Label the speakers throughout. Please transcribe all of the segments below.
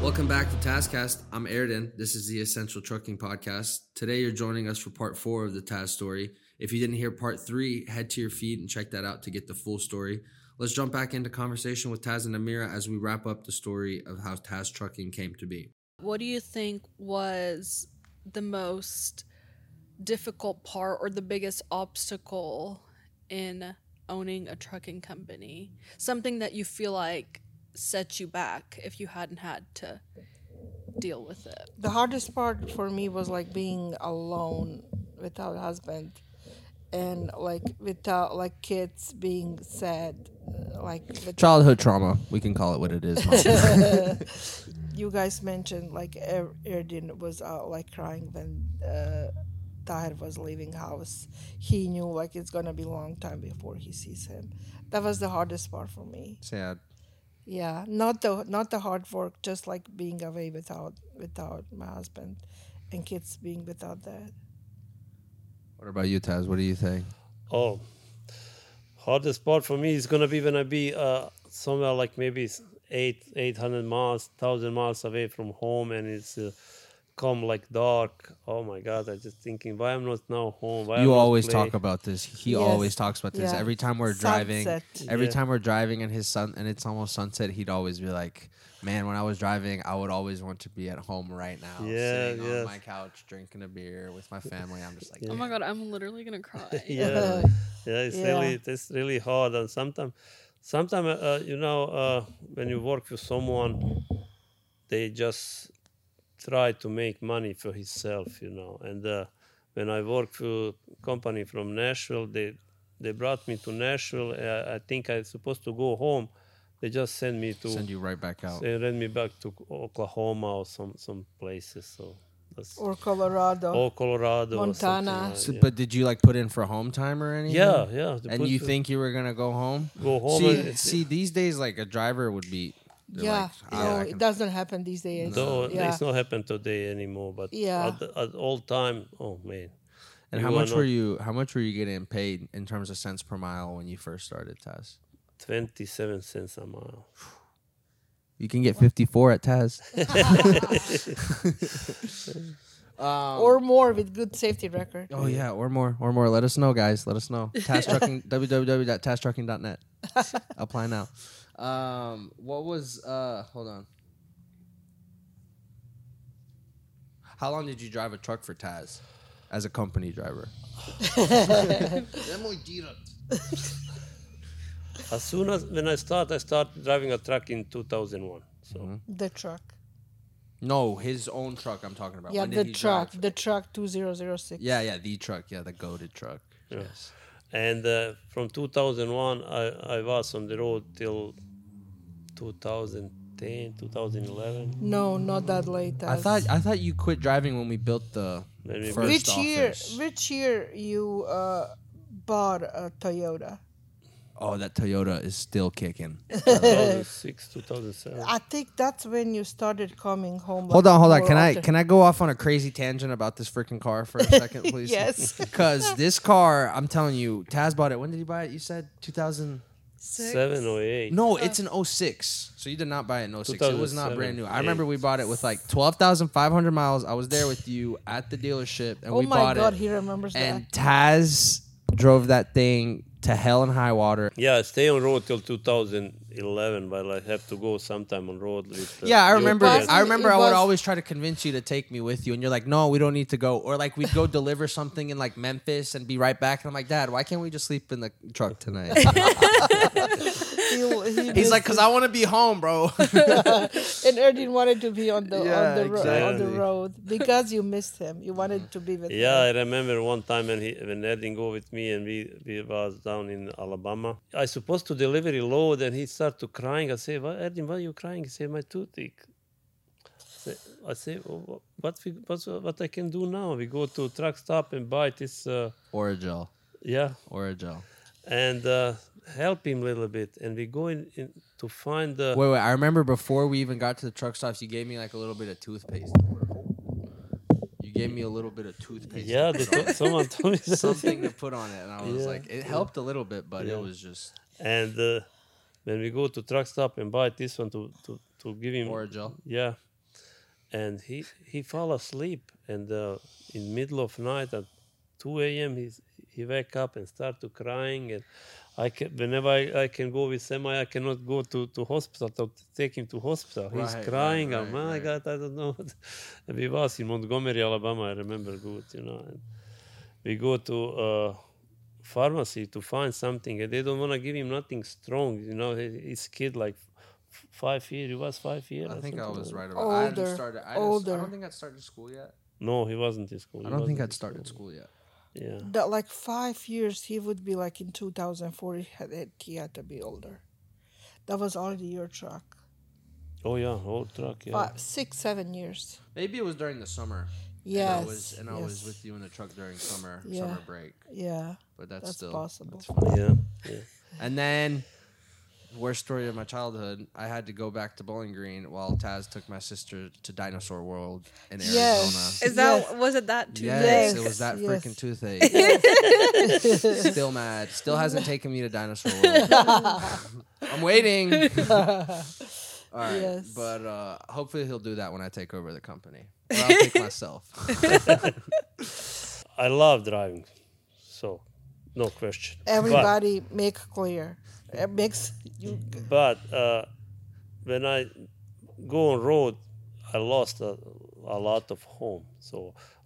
Speaker 1: Welcome back to Taskcast. I'm Airden. This is the Essential Trucking Podcast. Today, you're joining us for part four of the Taz story. If you didn't hear part three, head to your feed and check that out to get the full story. Let's jump back into conversation with Taz and Amira as we wrap up the story of how Taz Trucking came to be.
Speaker 2: What do you think was the most difficult part or the biggest obstacle in owning a trucking company? Something that you feel like set you back if you hadn't had to deal with it.
Speaker 3: The hardest part for me was like being alone without husband and like without like kids being sad uh, like with-
Speaker 1: Childhood trauma. We can call it what it is.
Speaker 3: you guys mentioned like Er- Erdin was uh, like crying when uh, Tahir was leaving house. He knew like it's gonna be long time before he sees him. That was the hardest part for me.
Speaker 1: Sad.
Speaker 3: Yeah, not the not the hard work, just like being away without without my husband and kids being without that.
Speaker 1: What about you, Taz? What do you think?
Speaker 4: Oh, hardest part for me is gonna be when I be uh, somewhere like maybe s- eight, eight hundred miles, thousand miles away from home, and it's uh, come like dark. Oh my God! I just thinking why I'm not now home. Why I'm
Speaker 5: you
Speaker 4: not
Speaker 5: always
Speaker 4: play?
Speaker 5: talk about this. He
Speaker 3: Yes.
Speaker 5: always talks about this
Speaker 3: Yeah.
Speaker 5: every time we're driving.
Speaker 3: Sunset.
Speaker 5: Every
Speaker 4: Yeah.
Speaker 5: time we're driving and his son and it's almost sunset, he'd always be like, "Man, when I was driving, I would always want to be at home right now,
Speaker 4: Yeah,
Speaker 5: sitting
Speaker 4: yes.
Speaker 5: on my couch drinking a beer with my family." I'm just like,
Speaker 2: Oh my god, I'm literally gonna cry.
Speaker 3: Uh,
Speaker 4: yeah, yeah, it's really it's really hard, and sometimes, sometimes uh, you know uh, when you work with someone, they just try to make money for himself, you know. And uh, when I worked for a company from Nashville, they they brought me to Nashville. Uh, I think I supposed to go home. They just sent me to
Speaker 5: "Send you right back out."
Speaker 4: they sent me back to Oklahoma or some some places. So that's
Speaker 3: Or Colorado.
Speaker 4: or Colorado, or something
Speaker 3: Montana.
Speaker 4: like-
Speaker 5: So-
Speaker 4: yeah.
Speaker 5: But did you like put in for home time or anything?
Speaker 4: Yeah, yeah. to
Speaker 5: And
Speaker 4: put
Speaker 5: you
Speaker 4: the-
Speaker 5: think you were gonna go home?
Speaker 4: Go home
Speaker 5: See,
Speaker 4: and-
Speaker 5: see, these days like a driver would be. they're
Speaker 3: yeah,
Speaker 5: like, "Ah,
Speaker 3: no,
Speaker 5: I
Speaker 3: it
Speaker 5: can-
Speaker 3: doesn't happen these days.
Speaker 4: No,
Speaker 3: yeah.
Speaker 4: it's not happened today anymore. But
Speaker 3: Yeah.
Speaker 4: at, the- at all time, oh man.
Speaker 5: And
Speaker 4: You
Speaker 5: how
Speaker 4: are
Speaker 5: much were
Speaker 4: not-
Speaker 5: you? How much were you getting paid in terms of cents per mile when you first started, Taz?
Speaker 4: Twenty-seven cents a mile.
Speaker 5: You can get 54 at Taz. Um,
Speaker 3: or more with good safety record.
Speaker 5: Oh yeah, or more, or more. Let us know, guys. Let us know. Task trucking www.tasktrucking.net. Apply now. Um, what was? Uh, hold on. How long did you drive a truck for Taz as a company driver?
Speaker 4: As soon as when I start, I start driving a truck in 2001. So
Speaker 5: Mm-hmm.
Speaker 3: The truck.
Speaker 5: No, his own truck. I'm talking about.
Speaker 3: Yeah,
Speaker 5: When did
Speaker 3: the
Speaker 5: he
Speaker 3: truck.
Speaker 5: drive?
Speaker 3: The truck 2006.
Speaker 5: Yeah, yeah, the truck. Yeah, the goaded truck. Yes.
Speaker 4: and uh, from 2001, I, I was on the road till 2010, 2011.
Speaker 3: No, not that late.
Speaker 5: I
Speaker 3: as-
Speaker 5: thought I thought you quit driving when we built the
Speaker 4: When we
Speaker 5: first
Speaker 3: which year?
Speaker 5: office.
Speaker 3: Which year you uh, bought a Toyota?
Speaker 5: Oh, that Toyota is still kicking.
Speaker 4: 2006, 2007.
Speaker 3: I think that's when you started coming home.
Speaker 5: Hold
Speaker 3: like,
Speaker 5: on, hold on.
Speaker 3: more
Speaker 5: Can I
Speaker 3: often.
Speaker 5: can I go off on a crazy tangent about this freaking car for a second, please?
Speaker 3: Yes.
Speaker 5: Because this car, I'm telling you, Taz bought it. When did he buy it? You said 2000.
Speaker 4: Seven or eight.
Speaker 3: Uh,
Speaker 5: No, it's an 06. So you did not buy it in 06. It was not
Speaker 4: 2007,
Speaker 5: brand new. I
Speaker 4: eight.
Speaker 5: remember we bought it with like 12,500 miles. I was there with you at the dealership and
Speaker 3: Oh
Speaker 5: we
Speaker 3: my
Speaker 5: bought
Speaker 3: God,
Speaker 5: it.
Speaker 3: he remembers
Speaker 5: and Taz drove that thing to hell and high water.
Speaker 4: Yeah, I stay on road till 2011, but I have to go sometime on road with. uh,
Speaker 5: Yeah, I
Speaker 4: you
Speaker 5: remember.
Speaker 4: guys.
Speaker 3: was-
Speaker 5: I remember. I
Speaker 3: it was-
Speaker 5: would always try to convince you to take me with you, and you're like, "No, we don't need to go." Or like, we'd go deliver something in like Memphis and be right back. And I'm like, "Dad, why can't we just sleep in the truck tonight?"
Speaker 3: that. He- he
Speaker 5: He's
Speaker 3: missed
Speaker 5: like, "Cause I want to be home, bro."
Speaker 3: and Erdin wanted to be on the on
Speaker 5: Yeah,
Speaker 3: the, ro- on the
Speaker 5: exactly.
Speaker 3: road because you missed him. You wanted to be with
Speaker 4: Yeah,
Speaker 3: him.
Speaker 4: I remember one time when he when Erdin go with me and we we was down in Alabama. I supposed to deliver a load and he start to crying. I say, "Why, Erdin? Why you crying?" He say, "My toothache." I say- I say, "Oh, wha- "What we, what what I can do now? We go to truck stop and buy this, uh,
Speaker 5: or a gel,
Speaker 4: yeah,
Speaker 5: or a gel.
Speaker 4: and uh, help him a little bit." And we go in, in to find the.
Speaker 5: Wait, wait. I remember before we even got to the truck stops, you gave me like a little bit of toothpaste. You gave me a little bit of toothpaste.
Speaker 4: yeah, they told- someone told me something.
Speaker 5: Something to put on it, and I was
Speaker 4: Yeah.
Speaker 5: like, it helped a little bit, but
Speaker 4: Yeah.
Speaker 5: it was just
Speaker 4: And uh, when we go to truck stop and buy this one to to, to give him
Speaker 5: or a gel.
Speaker 4: Yeah. and he he fall asleep and uh, in middle of night at 2 a.m he he wake up and start to crying and I can, whenever I, I can go with semi I cannot go to, to hospital to take him to hospital he's
Speaker 5: Right,
Speaker 4: crying
Speaker 5: right,
Speaker 4: oh
Speaker 5: right,
Speaker 4: my
Speaker 5: right.
Speaker 4: god I don't know what. and we was in Montgomery Alabama I remember good you know and we go to uh, pharmacy to find something and they don't want to give him nothing strong you know he- his kid like f- five years he was five years
Speaker 5: I think I
Speaker 4: something
Speaker 5: was
Speaker 4: like
Speaker 5: right about. I hadn't
Speaker 3: Older,
Speaker 5: started. I, Just, I
Speaker 3: older.
Speaker 5: don't think I'd started school yet.
Speaker 4: that. no he wasn't in school
Speaker 5: I
Speaker 4: He
Speaker 5: don't think
Speaker 4: wasn't
Speaker 5: I'd
Speaker 4: in
Speaker 5: started school yet.
Speaker 4: yeah
Speaker 3: That like five years, he would be like in 2004. He had, had- he had to be older. That was already your truck.
Speaker 4: oh yeah whole truck yeah
Speaker 3: Five, six, seven years.
Speaker 5: Maybe it was during the summer.
Speaker 3: Yes.
Speaker 5: And I was, and I was
Speaker 3: yes.
Speaker 5: with you in the truck during summer
Speaker 3: Yeah.
Speaker 5: summer break.
Speaker 3: Yeah,
Speaker 5: But that's,
Speaker 3: that's
Speaker 5: still
Speaker 3: possible.
Speaker 4: yeah yeah
Speaker 5: And then, worst story of my childhood, I had to go back to Bowling Green while Taz tok my sister to Dinosaur World in Arizona.
Speaker 3: Yes.
Speaker 2: Is that
Speaker 3: Yes.
Speaker 2: was it that too?
Speaker 5: Yes, it
Speaker 3: Yes,
Speaker 5: was that
Speaker 3: yes.
Speaker 5: freaking toothache. Still mad. Still hasn't taken me to Dinosaur World. I'm waiting. All right.
Speaker 3: Yes.
Speaker 5: But uh, hopefully he'll do that when I take over the company. Or I'll take myself.
Speaker 4: I love driving so no question But-
Speaker 3: Everybody make clear. It makes you.
Speaker 4: but uh, when I go on road, I lost a, a lot of home. So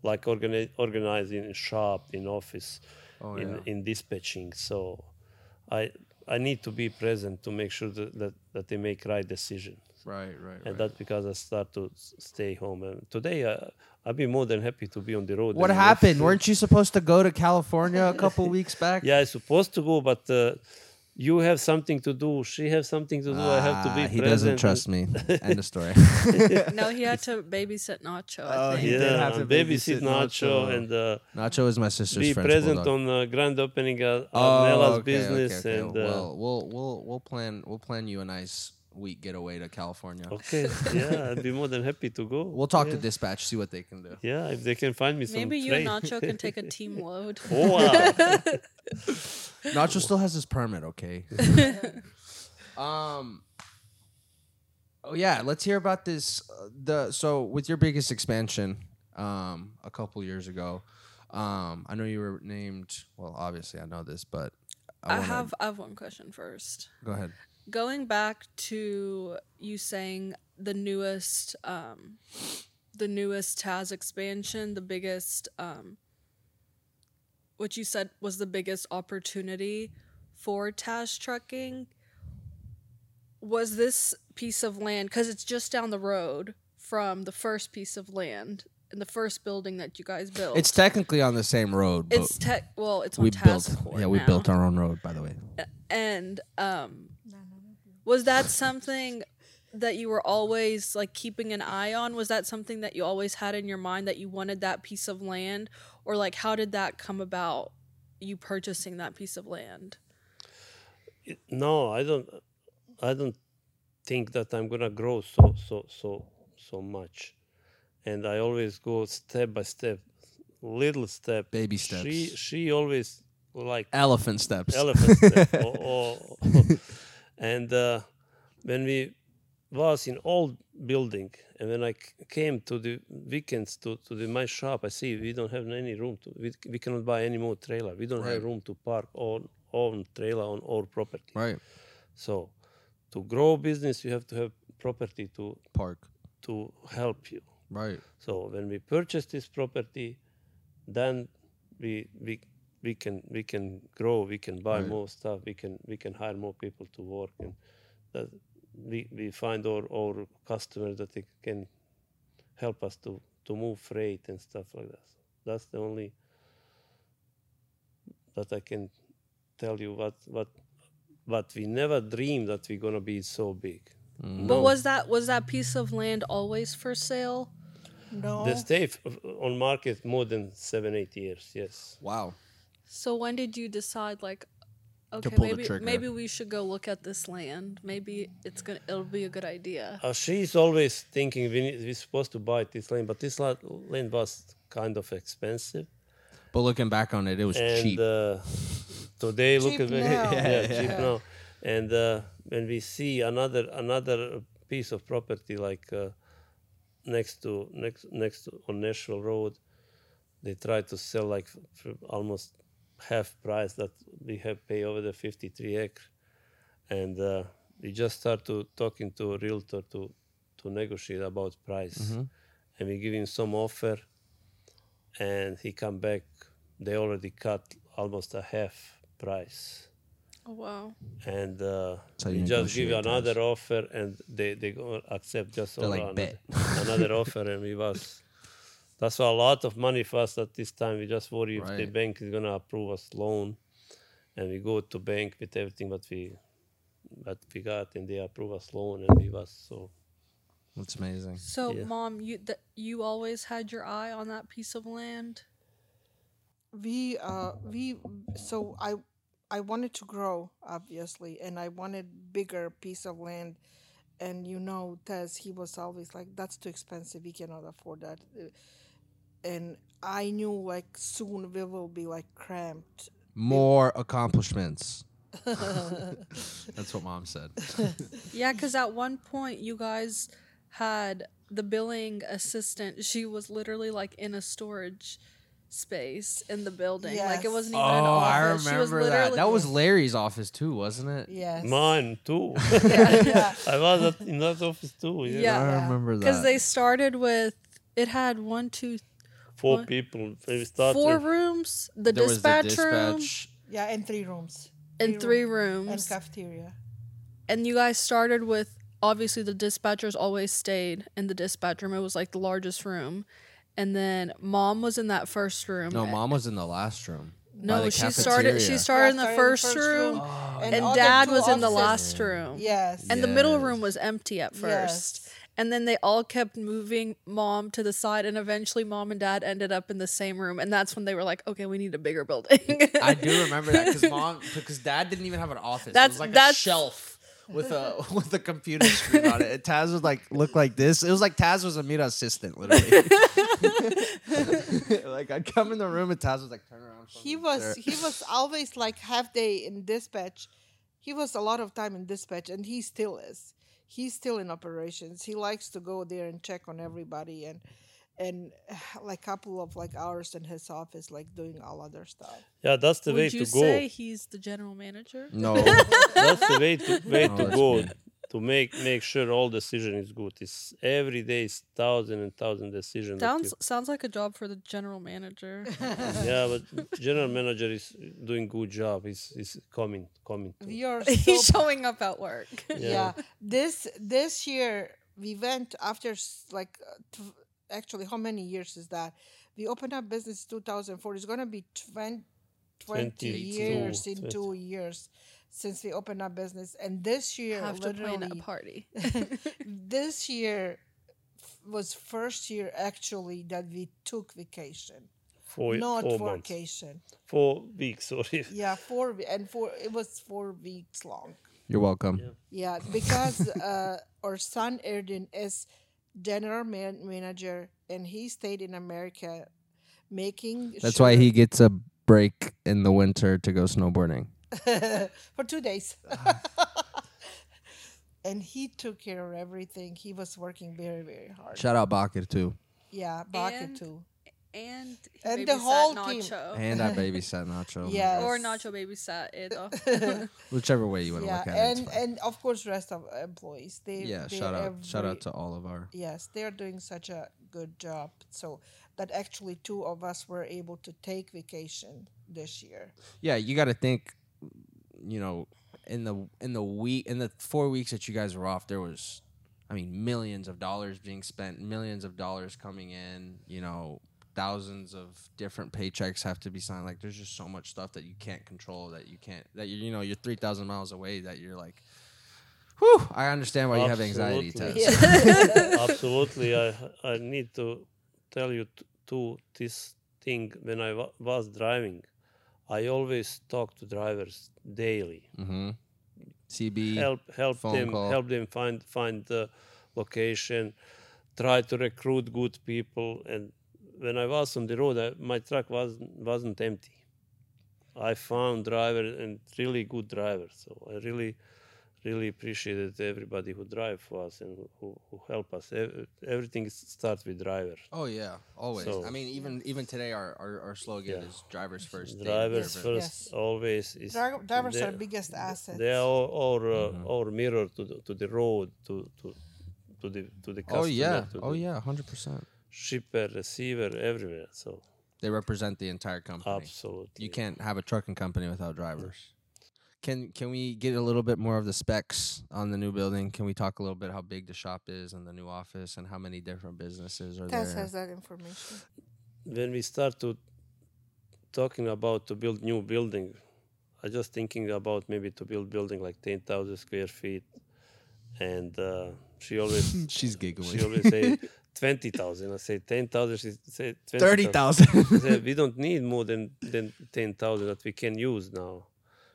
Speaker 4: like organi- organizing in shop, in office,
Speaker 5: Oh,
Speaker 4: in,
Speaker 5: yeah.
Speaker 4: in dispatching. So I I need to be present to make sure that, that, that they make right decision.
Speaker 5: right, right,
Speaker 4: And
Speaker 5: right.
Speaker 4: that's because I start to s- stay home. And today I I'd be more than happy to be on the road.
Speaker 5: what
Speaker 4: than in
Speaker 5: happened?
Speaker 4: office.
Speaker 5: Weren't you supposed to go to California a couple weeks back?
Speaker 4: Yeah, I'm supposed to go, but uh, you have something to do. She has something to do. I have to be
Speaker 5: Ah,
Speaker 4: present.
Speaker 5: he doesn't
Speaker 4: and-
Speaker 5: trust me. End of story.
Speaker 2: No, he had to babysit Nacho.
Speaker 5: Oh,
Speaker 2: I think.
Speaker 5: he did
Speaker 4: yeah,
Speaker 5: have to
Speaker 4: and babysit
Speaker 5: babysit
Speaker 4: Nacho
Speaker 5: Nacho.
Speaker 4: and uh,
Speaker 5: Nacho is my sister's
Speaker 4: be
Speaker 5: French
Speaker 4: present
Speaker 5: bulldog.
Speaker 4: on uh, grand opening at
Speaker 5: Oh,
Speaker 4: Nella's
Speaker 5: okay,
Speaker 4: business
Speaker 5: okay, okay.
Speaker 4: and uh,
Speaker 5: well, we'll we'll we'll plan we'll plan you a nice week getaway to California.
Speaker 4: okay, yeah, I'd be more than happy to go.
Speaker 5: We'll talk to dispatch, see what they can do.
Speaker 4: Yeah, if they can find me some
Speaker 2: Maybe you
Speaker 4: train.
Speaker 2: and Nacho can take a team load.
Speaker 4: oh wow,
Speaker 5: Nacho still has his permit, okay? um. Oh yeah, let's hear about this. uh, The so with your biggest expansion, um, a couple years ago, um, I know you were named. Well, obviously I know this, but I,
Speaker 2: I
Speaker 5: wanna-
Speaker 2: have I have one question first.
Speaker 5: Go ahead.
Speaker 2: Going back to you saying the newest um the newest Taz expansion, the biggest um what you said was the biggest opportunity for Taz trucking. Was this piece of land cuz it's just down the road from the first piece of land and the first building that you guys built.
Speaker 5: It's technically on the same road, but
Speaker 2: Oh. it's tech well, it's on
Speaker 5: we
Speaker 2: Taz
Speaker 5: built.
Speaker 2: Court
Speaker 5: Yeah, we
Speaker 2: now.
Speaker 5: built our own road, by the way.
Speaker 2: and um was that something that you were always like keeping an eye on was that something that you always had in your mind that you wanted that piece of land or like how did that come about you purchasing that piece of land
Speaker 4: no, I don't, I don't think that I'm gonna grow so so so so much, and I always go step by step, little step.
Speaker 5: Baby steps.
Speaker 4: She she always like
Speaker 5: Elephant steps.
Speaker 4: elephant step. or, or, and uh, when we was in old building and when i c- came to the weekends to, to the, my shop i see we don't have any room to we, we cannot buy any more trailer we don't have
Speaker 5: Right.
Speaker 4: room to park on own trailer on our property
Speaker 5: right.
Speaker 4: so to grow business you have to have property to
Speaker 5: Park.
Speaker 4: to help you
Speaker 5: Right.
Speaker 4: so when we purchase this property, then we we we can we can grow, we can buy
Speaker 5: Right.
Speaker 4: more stuff, we can we can hire more people to work, and that we we find our our customers that they can help us to to move freight and stuff like that. that's the only that I can tell you what what but we never dreamed that we're gonna be so big.
Speaker 2: but was that was that piece of land always for sale
Speaker 3: No.
Speaker 4: They stay f- on market more than seven, eight years. Yes.
Speaker 5: Wow.
Speaker 2: so when did you decide like okay
Speaker 5: pull the
Speaker 2: maybe
Speaker 5: trigger.
Speaker 2: maybe we should go look at this land maybe it's gonna it'll be a good idea
Speaker 4: Uh, she's always thinking we need, we're supposed to buy this land, but this lot, land was kind of expensive.
Speaker 5: But looking back on it, it was
Speaker 4: And
Speaker 5: cheap.
Speaker 4: Uh, today, look at
Speaker 3: Cheap
Speaker 4: me.
Speaker 3: now.
Speaker 4: yeah, cheap now. And uh, when we see another another piece of property like uh, next to next next to, on Nashville Road. They try to sell like for almost half price that we have pay over the 53 acre, and uh, we just start to talking to a realtor to to negotiate about price,
Speaker 5: Mm-hmm.
Speaker 4: and we give him some offer, and he come back. They already cut almost a half price
Speaker 2: Oh wow.
Speaker 4: and uh,
Speaker 5: So you
Speaker 4: we just give
Speaker 5: negotiate
Speaker 4: another offer, and they they go accept just
Speaker 5: They're
Speaker 4: all
Speaker 5: like,
Speaker 4: another, another offer, and we was that's a lot of money for us at this time. We just worry if the
Speaker 5: Right.
Speaker 4: bank is gonna approve us loan, and we go to bank with everything what we what we got, and they approve us loan, and we was so
Speaker 5: That's amazing.
Speaker 2: So
Speaker 4: Yeah.
Speaker 2: mom, you that you always had your eye on that piece of land.
Speaker 3: we uh we so i i wanted to grow obviously and i wanted bigger piece of land and you know tez he was always like that's too expensive we cannot afford that Uh, and i knew like soon we will be like cramped
Speaker 5: More accomplishments. That's what mom said.
Speaker 2: Yeah, because at one point you guys had the billing assistant. She was literally like in a storage space in the building. Like it
Speaker 3: Yes.
Speaker 2: wasn't
Speaker 5: oh,
Speaker 2: even an
Speaker 5: I
Speaker 2: office. she was
Speaker 5: remember that.
Speaker 2: literally
Speaker 5: That was Larry's office too, wasn't it?
Speaker 3: yes
Speaker 4: mine too.
Speaker 3: yeah.
Speaker 4: I was at, in that office too. Yeah,
Speaker 2: Yeah.
Speaker 5: I remember that.
Speaker 2: because they started with it had one, two,
Speaker 4: four
Speaker 2: What?
Speaker 4: people. We started.
Speaker 2: four rooms, the
Speaker 5: there was the
Speaker 2: dispatch room,
Speaker 5: dispatch.
Speaker 3: yeah and three rooms
Speaker 2: and three rooms.
Speaker 3: and cafeteria
Speaker 2: and you guys started with obviously the dispatchers always stayed in the dispatch room. It was like the largest room. And then mom was in that first room.
Speaker 5: No, mom was in the last room. by
Speaker 2: No,
Speaker 5: the
Speaker 2: she started she
Speaker 5: cafeteria.
Speaker 2: started in
Speaker 3: Yeah,
Speaker 2: the first room and,
Speaker 3: other
Speaker 2: dad
Speaker 3: two
Speaker 2: was in the
Speaker 3: offices-
Speaker 2: last room.
Speaker 3: yes
Speaker 2: And the middle
Speaker 5: Yes.
Speaker 2: room was empty at first. And then they all kept moving mom to the side and eventually mom and dad ended up in the same room and that's when they were like, "Okay, we need a bigger building."
Speaker 5: I do remember that because mom, because dad didn't even have an office. it
Speaker 2: That's-
Speaker 5: was like a
Speaker 2: that's-
Speaker 5: shelf with a with a computer screen on it. And Taz was like looked like this. It was like Taz was a mute assistant, literally. like I'd come in the room and Taz was like turn around.
Speaker 3: he was he was always like half day in dispatch he was a lot of time in dispatch and he still is he's still in operations he likes to go there and check on everybody and and like couple of like hours in his office like doing all other stuff
Speaker 4: Yeah, that's the way
Speaker 2: Would
Speaker 4: to
Speaker 2: you
Speaker 4: go.
Speaker 2: say he's the general manager?
Speaker 5: no.
Speaker 4: that's the way to way
Speaker 5: No,
Speaker 4: to
Speaker 5: Oh, that's
Speaker 4: go
Speaker 5: me.
Speaker 4: to make make sure all decision is good. It's every day is thousand and thousand decisions. that
Speaker 2: Sounds sounds like a job for the general manager.
Speaker 4: you- yeah, but general manager is doing good job. He's he's coming coming. To.
Speaker 3: we are so
Speaker 2: He's showing up at work.
Speaker 3: yeah. this this year we went after s- like uh, tw- actually how many years is that we opened up business 2004 it's going to be 20, 20
Speaker 4: 22,
Speaker 3: years in
Speaker 4: 20.
Speaker 3: two years since we opened up business and this year
Speaker 2: Have to plan a
Speaker 3: literally
Speaker 2: party.
Speaker 3: this year f- was first year actually that we took vacation
Speaker 4: Four
Speaker 3: not
Speaker 4: four months.
Speaker 3: vacation
Speaker 4: Four weeks. Sorry.
Speaker 3: yeah four we- and four it was four weeks long
Speaker 5: You're welcome.
Speaker 3: yeah, because uh, our son Erdin is general man- manager, and he stayed in America, making.
Speaker 5: That's
Speaker 3: sure-
Speaker 5: why he gets a break in the winter to go snowboarding.
Speaker 3: for two days. and he took care of everything. He was working very, very hard.
Speaker 5: Shout out Bakir too.
Speaker 3: Yeah, Baka
Speaker 2: And-
Speaker 3: too.
Speaker 2: and he
Speaker 3: And the
Speaker 2: babysat
Speaker 3: whole team.
Speaker 2: Nacho.
Speaker 5: And I babysat Nacho.
Speaker 3: Yeah,
Speaker 2: Or
Speaker 3: Yes.
Speaker 2: Nacho babysat Edo.
Speaker 5: Whichever way you want to
Speaker 3: Yeah,
Speaker 5: look at it.
Speaker 3: and
Speaker 5: it's fine.
Speaker 3: and of course, rest of employees. They
Speaker 5: yeah,
Speaker 3: they
Speaker 5: shout out shout
Speaker 3: every-
Speaker 5: out to all of our
Speaker 3: Yes, they are doing such a good job. So that actually two of us were able to take vacation this year.
Speaker 5: yeah you got to think you know in the in the week in the four weeks that you guys were off there was i mean millions of dollars being spent millions of dollars coming in you know thousands of different paychecks have to be signed like there's just so much stuff that you can't control that you can't that you you know you're 3000 miles away that you're like whew i understand why you have anxiety
Speaker 4: Absolutely.
Speaker 5: tests
Speaker 4: Absolutely. I I need to tell you t- too this thing. When I wa- was driving, I always talk to drivers daily.
Speaker 5: mm-hmm. cb
Speaker 4: help help
Speaker 5: phone
Speaker 4: them
Speaker 5: call.
Speaker 4: help them find find the location try to recruit good people and when i was on the road I, my truck was wasn't empty i found driver and really good driver so i really really appreciated everybody who drive for us and who, who help us. Ev- Everything starts with driver.
Speaker 5: Oh yeah, always.
Speaker 4: So-
Speaker 5: I mean, even even today, our our, our slogan
Speaker 4: Yeah.
Speaker 5: is drivers first. data
Speaker 4: Drivers
Speaker 5: driven.
Speaker 4: first,
Speaker 3: Yes.
Speaker 4: always. Is
Speaker 3: Dri- drivers are
Speaker 4: they-
Speaker 3: biggest asset.
Speaker 4: They are all, all, uh,
Speaker 5: Mm-hmm.
Speaker 4: all mirror to the, to the road, to, to, to the to the customer.
Speaker 5: Oh yeah,
Speaker 4: to
Speaker 5: oh
Speaker 4: the
Speaker 5: yeah, hundred percent.
Speaker 4: Shipper, receiver, everywhere. So
Speaker 5: They represent the entire company.
Speaker 4: absolutely,
Speaker 5: You can't have a trucking company without drivers. Can can we get a little bit more of the specs on the new building? Can we talk a little bit how big the shop is and the new office and how many different businesses are
Speaker 3: Tess
Speaker 5: there?
Speaker 3: has that information.
Speaker 4: when we start to talking about to build new building i just thinking about maybe to build building like 10000 square feet and uh, she always
Speaker 5: She's
Speaker 4: she
Speaker 5: giggling.
Speaker 4: always say 20000 i say 10000 she say 20000 I
Speaker 5: thousand.
Speaker 4: said, we don't need more than than 10000 that we can use now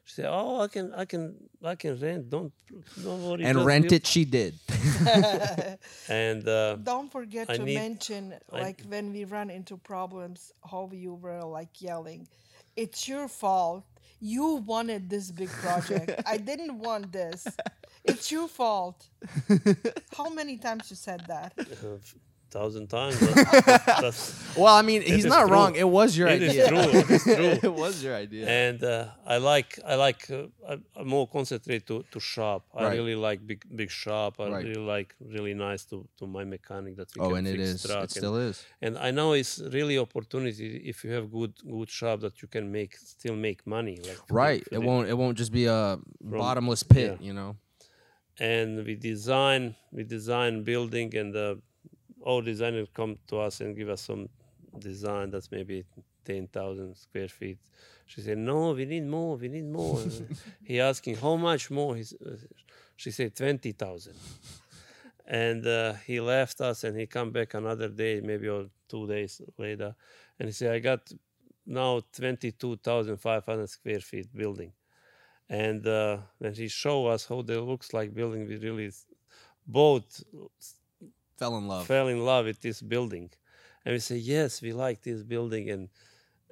Speaker 4: she said oh i can i can i can rent don't don't worry
Speaker 5: and
Speaker 4: just
Speaker 5: rent
Speaker 4: build."
Speaker 5: it she did.
Speaker 4: and uh,
Speaker 3: Don't forget
Speaker 4: I
Speaker 3: to
Speaker 4: need-
Speaker 3: mention,
Speaker 4: I-
Speaker 3: like when we run into problems, how you were like yelling, "It's your fault. You wanted this big project. I didn't want this. It's your fault." how many times you said that?
Speaker 4: thousand times that's, that's,
Speaker 5: Well, I mean, he's
Speaker 4: is
Speaker 5: not
Speaker 4: true.
Speaker 5: wrong. It was your
Speaker 4: It is
Speaker 5: idea.
Speaker 4: true, it is true.
Speaker 5: it was your idea.
Speaker 4: and uh, I like I like uh, I- I'm more concentrate to, to shop. I
Speaker 5: Right.
Speaker 4: really like big big shop. I
Speaker 5: Right.
Speaker 4: really like really nice to, to my mechanic that we
Speaker 5: oh,
Speaker 4: can
Speaker 5: and it
Speaker 4: fix
Speaker 5: is.
Speaker 4: truck.
Speaker 5: It still
Speaker 4: and,
Speaker 5: is.
Speaker 4: and I know it's really opportunity if you have good good shop that you can make still make money. Like for the-
Speaker 5: Right.
Speaker 4: for
Speaker 5: It
Speaker 4: the-
Speaker 5: won't. It won't just be a bottomless pit.
Speaker 4: yeah.
Speaker 5: You know.
Speaker 4: And we design we design building and uh, all designers come to us and give us some design that's maybe 10,000 square feet. She said, no, we need more, we need more. And he asking, how much more? He's, uh, she said, 20,000. And uh, he left us and he come back another day, maybe or two days later. And he said, I got now 22,500 square feet building. And uh, when he show us how they looks like building, we really both
Speaker 5: Fell in love.
Speaker 4: fell in love with this building and we say yes we like this building and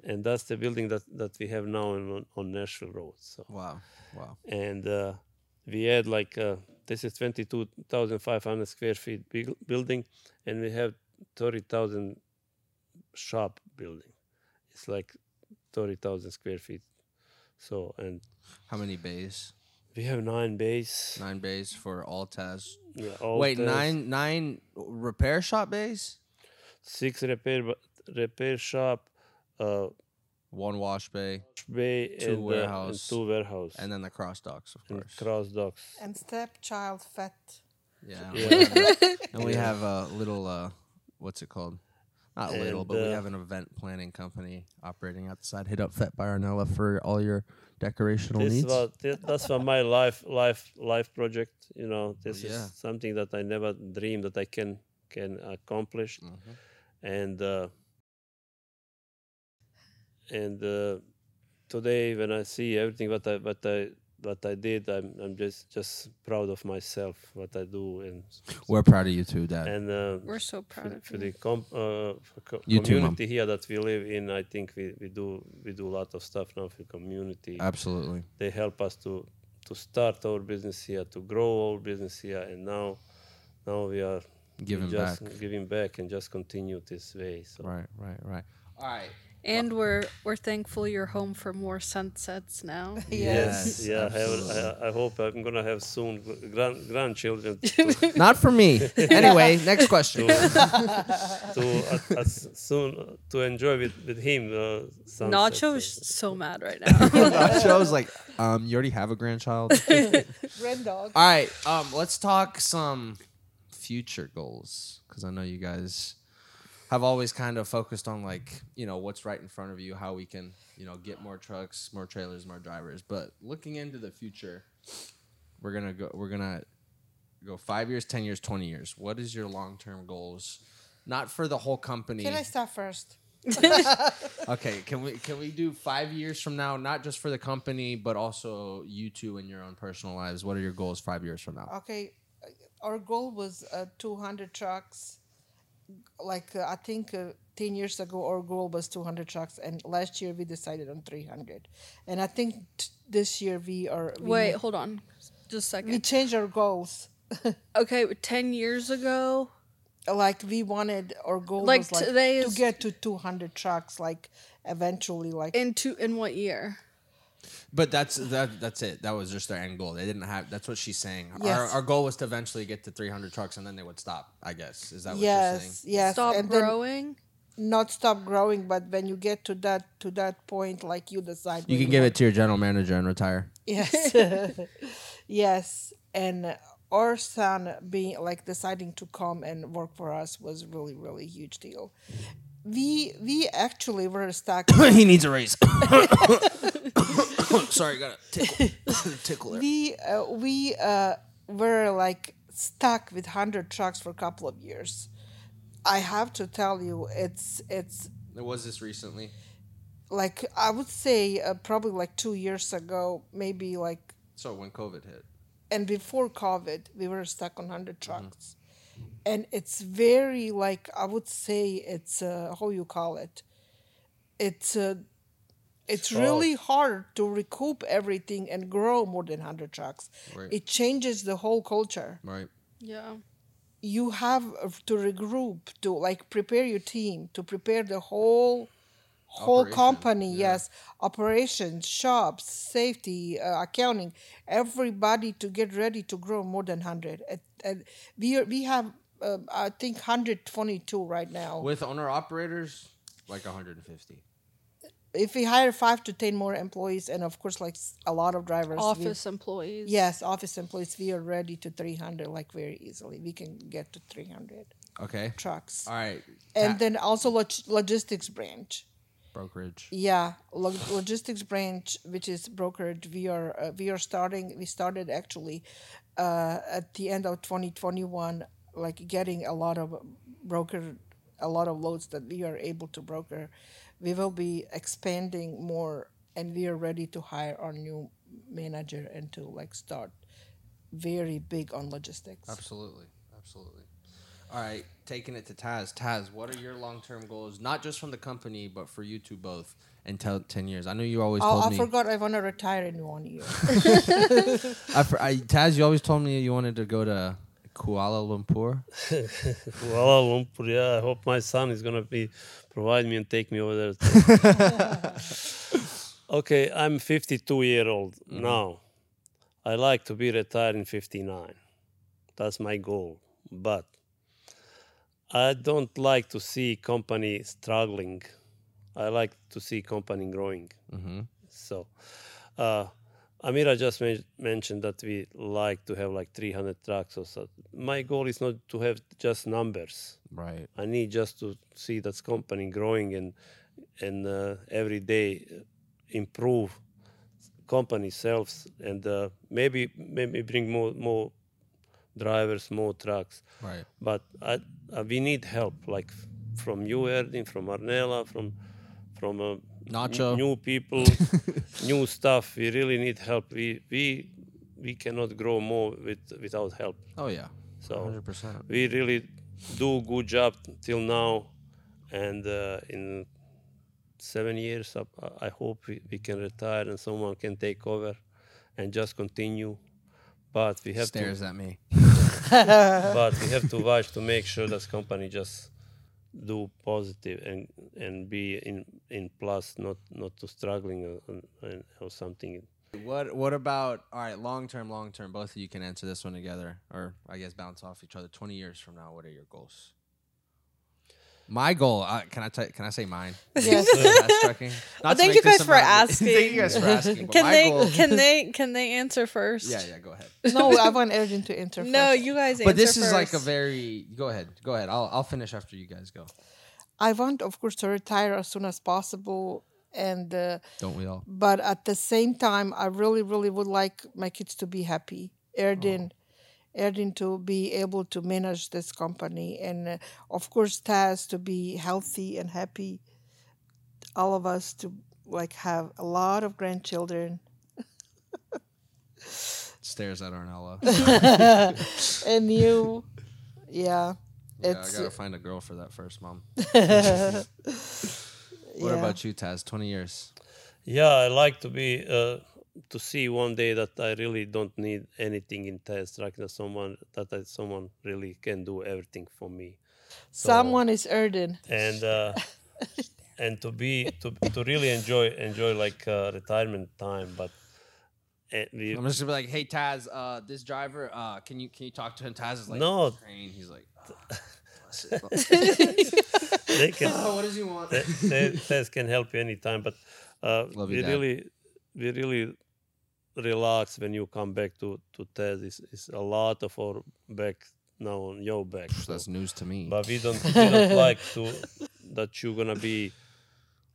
Speaker 4: and that's the building that that we have now on, on nashville road so
Speaker 5: Wow. Wow.
Speaker 4: and uh, we had like uh, this is 22500 square feet big building and we have 30000 shop building it's like 30000 square feet so and
Speaker 5: How many bays?
Speaker 4: we have nine bays
Speaker 5: Nine bays for all tests.
Speaker 4: yeah, all
Speaker 5: Wait,
Speaker 4: tests,
Speaker 5: nine nine repair shop bays,
Speaker 4: six repair repair shop uh
Speaker 5: one wash bay,
Speaker 4: bay
Speaker 5: Two
Speaker 4: and, uh,
Speaker 5: warehouse.
Speaker 4: and two warehouse
Speaker 5: and then the cross docks, of
Speaker 4: and
Speaker 5: course.
Speaker 4: cross docks.
Speaker 3: And stepchild fat.
Speaker 5: yeah.
Speaker 4: Yeah.
Speaker 5: and we
Speaker 4: Yeah.
Speaker 5: have a little uh, what's it called? Not little,
Speaker 4: And,
Speaker 5: but we
Speaker 4: uh,
Speaker 5: have an event planning company operating outside. Hit up Fet Byronella for all your decorational
Speaker 4: This
Speaker 5: needs.
Speaker 4: was thi- that's for my life life life project. You know, this
Speaker 5: Oh, yeah.
Speaker 4: is something that I never dreamed that I can can accomplish,
Speaker 5: Mhm.
Speaker 4: and uh, and uh, today when I see everything what I what I what I did, I'm I'm just just proud of myself what I do and
Speaker 5: We're proud of you too, Dad.
Speaker 4: and uh,
Speaker 2: We're so
Speaker 4: for,
Speaker 2: proud
Speaker 4: the-
Speaker 2: of
Speaker 4: for
Speaker 2: you.
Speaker 4: the com- uh, for co-
Speaker 5: You too, Mom.
Speaker 4: community here that we live in. I think we, we do we do a lot of stuff now for community.
Speaker 5: Absolutely.
Speaker 4: they help us to to start our business here, to grow our business here, and now now we are
Speaker 5: Giving
Speaker 4: just
Speaker 5: back.
Speaker 4: giving back and just continue this way. So
Speaker 5: Right, right, right. All right.
Speaker 2: And we're we're thankful you're home for more sunsets now.
Speaker 5: Yes.
Speaker 4: yeah, I,
Speaker 5: absolutely.
Speaker 4: have, I, I hope I'm gonna have soon gr- grand, grandchildren to,
Speaker 5: Not for me. Anyway, next question.
Speaker 4: to uh, uh, soon to enjoy with with him. Uh, sunset.
Speaker 2: Nacho's so mad right now.
Speaker 5: Nacho's like, um, you already have a grandchild.
Speaker 3: Grand dog.
Speaker 5: All right, um, let's talk some future goals because I know you guys have always kind of focused on like you know what's right in front of you, how we can you know get more trucks, more trailers, more drivers. But looking into the future, we're gonna go. We're gonna go five years, ten years, twenty years. What is your long term goals? Not for the whole company.
Speaker 3: Can I start first?
Speaker 5: okay, can we can we do five years from now? Not just for the company, but also you two in your own personal lives. What are your goals five years from now?
Speaker 3: Okay, uh, our goal was uh, 200 trucks. Like uh, I think uh, 10 years ago, our goal was 200 trucks, and last year we decided on 300. And I think t- this year we are. We
Speaker 2: Wait, hold on. Just a
Speaker 3: We
Speaker 2: second.
Speaker 3: changed our goals.
Speaker 2: Okay, 10 years ago,
Speaker 3: Like we wanted our goal
Speaker 2: Like
Speaker 3: was like
Speaker 2: today
Speaker 3: to
Speaker 2: is-
Speaker 3: get to 200 trucks. Like eventually, like
Speaker 2: in two, in what year?
Speaker 5: But that's that, that's it. That was just their end goal. They didn't have. That's what she's saying. Our,
Speaker 3: Yes.
Speaker 5: our goal was to eventually get to 300 trucks, and then they would stop. I guess is that what you're saying?
Speaker 3: yes, yes,
Speaker 2: Stop
Speaker 3: and then
Speaker 2: growing?
Speaker 3: not stop growing. But when you get to that to that point, like you decide
Speaker 5: You
Speaker 3: when
Speaker 5: can give it to your general manager and retire.
Speaker 3: Yes. yes. And our son being like deciding to come and work for us was really, really huge deal. We we actually were stuck.
Speaker 5: he needs a raise. Sorry, got a tickle. tickle there.
Speaker 3: we uh, we uh, were like stuck with hundred trucks for a couple of years. I have to tell you, it's it's
Speaker 5: There was this recently.
Speaker 3: like I would say uh, probably like two years ago, maybe like
Speaker 5: So when COVID hit,
Speaker 3: and before COVID, we were stuck on 100 trucks. And it's very, like, I would say it's, uh, how you call it? It's, uh, it's really hard to recoup everything and grow more than 100 trucks.
Speaker 5: Right.
Speaker 3: It changes the whole culture
Speaker 5: right?
Speaker 2: Yeah.
Speaker 3: you have to regroup to like prepare your team to prepare the whole whole
Speaker 5: Operation,
Speaker 3: company
Speaker 5: yeah.
Speaker 3: yes operations shops safety uh, accounting everybody to get ready to grow more than 100 and, and we are, we have uh, i think 122 right now
Speaker 5: With owner operators, like 150.
Speaker 3: if we hire 5 to 10 more employees and of course like s- a lot of drivers we-
Speaker 2: Office employees.
Speaker 3: yes office employees we are ready to 300 like very easily we can get to 300
Speaker 5: Okay.
Speaker 3: trucks
Speaker 5: All right.
Speaker 3: and
Speaker 5: Ta-
Speaker 3: then also log- logistics branch.
Speaker 5: brokerage.
Speaker 3: Yeah, log- logistics branch, which is brokerage. We are uh, we are starting. We started actually uh, at the end of 2021, like getting a lot of broker, a lot of loads that we are able to broker. We will be expanding more, and we are ready to hire our new manager and to like start very big on logistics.
Speaker 5: Absolutely. Absolutely. All right. Taking it to Taz. Taz, what are your long term goals, not just from the company, but for you two both until 10 years? I know you always
Speaker 3: Oh,
Speaker 5: told
Speaker 3: I
Speaker 5: me.
Speaker 3: forgot. I want to retire in one year.
Speaker 5: I for, I, Taz, you always told me you wanted to go to Kuala Lumpur.
Speaker 4: Kuala Lumpur. Yeah, I hope my son is gonna be provide me and take me over there. okay, I'm 52 year old now. I like to be retired in 59. That's my goal. But I don't like to see company struggling. I like to see company growing.
Speaker 5: Mm-hmm.
Speaker 4: So, uh, Amira just men- mentioned that we like to have like 300 tracks or so. My goal is not to have just numbers.
Speaker 5: Right.
Speaker 4: I need just to see that company growing and and uh, every day uh, improve company selves and uh, maybe maybe bring more more drivers, more trucks.
Speaker 5: Right.
Speaker 4: But I, uh, we need help, like f- from you, Erdin, from Arnella, from from uh,
Speaker 5: Nacho.
Speaker 4: new people, new stuff. We really need help. We we we cannot grow more with without help.
Speaker 5: Oh, yeah.
Speaker 4: So
Speaker 5: 100%.
Speaker 4: we really do good job till now, and uh, in seven years, I- I hope we, we can retire and someone can take over, and just continue. But we have to
Speaker 5: Stares at me.
Speaker 4: but we have to watch to make sure this company just do positive and and be in in plus not not to struggling or, or- or something
Speaker 5: What What about all right? Long term, long term. Both of you can answer this one together, or I guess bounce off each other. Twenty years from now, what are your goals? My goal. Uh, can I tell can I say mine?
Speaker 3: Yes.
Speaker 5: That's trucking. Not to
Speaker 2: Thank
Speaker 5: make
Speaker 2: you
Speaker 5: this
Speaker 2: guys for
Speaker 5: about me. Thank
Speaker 2: asking.
Speaker 5: you guys for asking. But
Speaker 2: Can
Speaker 5: my
Speaker 2: they
Speaker 5: goal,
Speaker 2: can they can they answer first?
Speaker 5: yeah, yeah. Go ahead.
Speaker 3: no, I want Ergin to enter.
Speaker 2: No,
Speaker 3: first.
Speaker 2: you guys answer
Speaker 5: But this is like a
Speaker 2: first.
Speaker 5: very. Go ahead. Go ahead. I'll I'll finish after you guys go.
Speaker 3: I want, of course, to retire as soon as possible, and uh,
Speaker 5: Don't we all?
Speaker 3: but at the same time, I really, really would like my kids to be happy. Erdin, Erdin to be able to manage this company, and uh, of course, Taz to be healthy and happy. All of us to like have a lot of grandchildren,
Speaker 5: Stares at Arnella.
Speaker 3: and you, yeah,
Speaker 5: yeah, I
Speaker 3: it's
Speaker 5: gotta find a girl for that first, mom. What
Speaker 3: yeah.
Speaker 5: about you, Taz? Twenty years.
Speaker 4: yeah i like to be uh, to see one day that I really don't need anything in test like that someone that I, someone really can do everything for me
Speaker 3: Someone is Erden.
Speaker 4: and uh, and to be to, to really enjoy enjoy like uh, retirement time but eh, we,
Speaker 5: I'm just gonna be like, hey Taz, uh, this driver, uh, can you can you talk to him? Taz is like,
Speaker 4: No.
Speaker 5: "On the train. He's like, "Oh, bless it."
Speaker 4: they can
Speaker 5: Oh, what does he want?
Speaker 4: Th- th- Tess can help you anytime, but uh,
Speaker 5: Love you,
Speaker 4: we
Speaker 5: Dad.
Speaker 4: really, we really relax when you come back to to Tess. It's, it's a lot of our back now on your back. so-
Speaker 5: That's news to me.
Speaker 4: but we don't, we don't like to that you're gonna be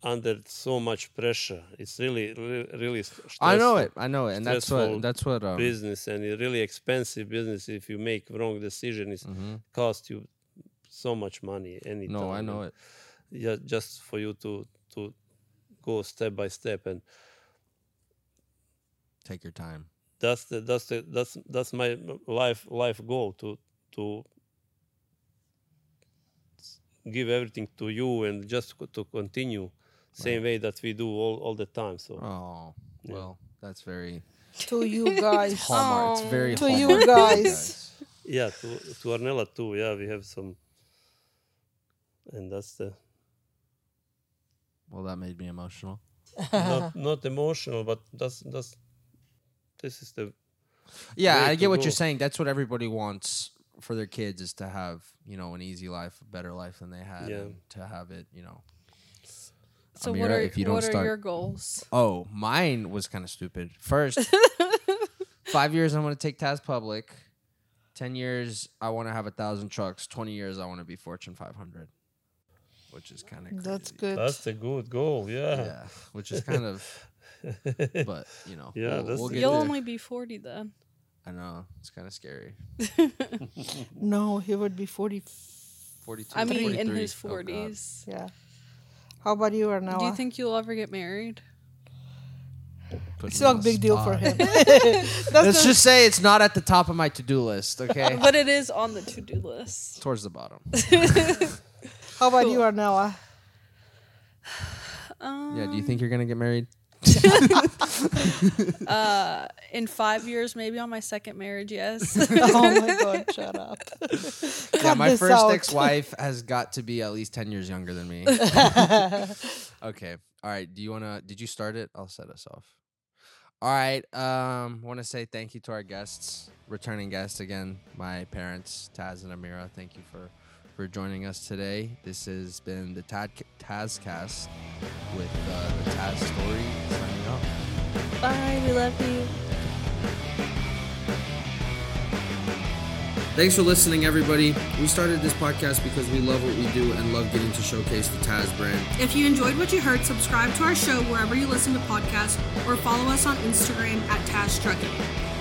Speaker 4: under so much pressure. It's really, really, really st-
Speaker 5: I know
Speaker 4: stressful
Speaker 5: it. I know it, and that's what
Speaker 4: stressful
Speaker 5: that's what. Um,
Speaker 4: business and a really expensive business. If you make wrong decision, it
Speaker 5: mhm.
Speaker 4: cost you so much money. Anytime.
Speaker 5: No, I
Speaker 4: and-
Speaker 5: know it.
Speaker 4: yeah, just for you to to go step by step and
Speaker 5: Take your time.
Speaker 4: that's the that's the that's that's my m- life life goal to to s- give everything to you and just co- to continue same way that we do all, all the time so
Speaker 5: Oh,
Speaker 4: Yeah.
Speaker 5: well, that's very
Speaker 3: To you guys.
Speaker 5: hallmark. It's very
Speaker 3: To you
Speaker 5: hallmark of
Speaker 3: guys.
Speaker 4: yeah to, to arnella too yeah we have some and that's the
Speaker 5: Well, that made me emotional.
Speaker 4: not not emotional but that's that's this is the
Speaker 5: Yeah,
Speaker 4: Way
Speaker 5: I
Speaker 4: to
Speaker 5: get what you're
Speaker 4: go.
Speaker 5: saying. That's what everybody wants for their kids is to have you know an easy life, a better life than they had,
Speaker 4: Yeah.
Speaker 5: and to have it you know
Speaker 2: So what
Speaker 5: Amira,
Speaker 2: are
Speaker 5: if you don't
Speaker 2: what
Speaker 5: start-
Speaker 2: are your goals?
Speaker 5: Oh, mine was kind of stupid. First, five years I want to take Taz public. Ten years I want to have a thousand trucks. Twenty years I want to be Fortune 500, which is kind of
Speaker 3: That's good.
Speaker 4: that's the good goal yeah,
Speaker 5: Yeah, which is kind of, but you know,
Speaker 4: Yeah,
Speaker 5: we'll,
Speaker 4: that's
Speaker 5: we'll
Speaker 4: the
Speaker 5: get
Speaker 2: You'll
Speaker 5: there.
Speaker 2: only be forty then.
Speaker 5: I know it's kind of scary.
Speaker 3: No, he would be 40.
Speaker 5: 42.
Speaker 2: I mean, in
Speaker 5: 43.
Speaker 2: his
Speaker 5: Oh, God.
Speaker 2: forties.
Speaker 3: Yeah. How about you, Arnawa?
Speaker 2: Do you think you'll ever get married?
Speaker 5: Put
Speaker 3: it's
Speaker 5: me on
Speaker 3: not a
Speaker 5: the
Speaker 3: big deal for
Speaker 5: spot.
Speaker 3: him. That's
Speaker 5: Let's
Speaker 3: the-
Speaker 5: just say it's not at the top of my to-do list. Okay,
Speaker 2: But it is on the to do list.
Speaker 5: towards the bottom.
Speaker 3: how about you, Arnawa?
Speaker 2: Um,
Speaker 5: Yeah. Do you think you're gonna get married?
Speaker 2: in five years, maybe on my second marriage, yes.
Speaker 3: Oh my god, shut up.
Speaker 5: yeah,
Speaker 3: Cut
Speaker 5: my
Speaker 3: this
Speaker 5: first
Speaker 3: out.
Speaker 5: ex-wife has got to be at least 10 years younger than me. okay. All right, do you want to did you start it? I'll set us off. All right. Um want to say thank you to our guests, returning guests again, my parents, Taz and Amira. Thank you for for joining us today. This has been the Tad Tazcast with uh, the Taz story signing off.
Speaker 2: Bye, we love you.
Speaker 1: Thanks for listening, everybody. We started this podcast because we love what we do and love getting to showcase the Taz brand.
Speaker 6: If you enjoyed what you heard, subscribe to our show wherever you listen to podcasts or follow us on Instagram at Tash Trucking.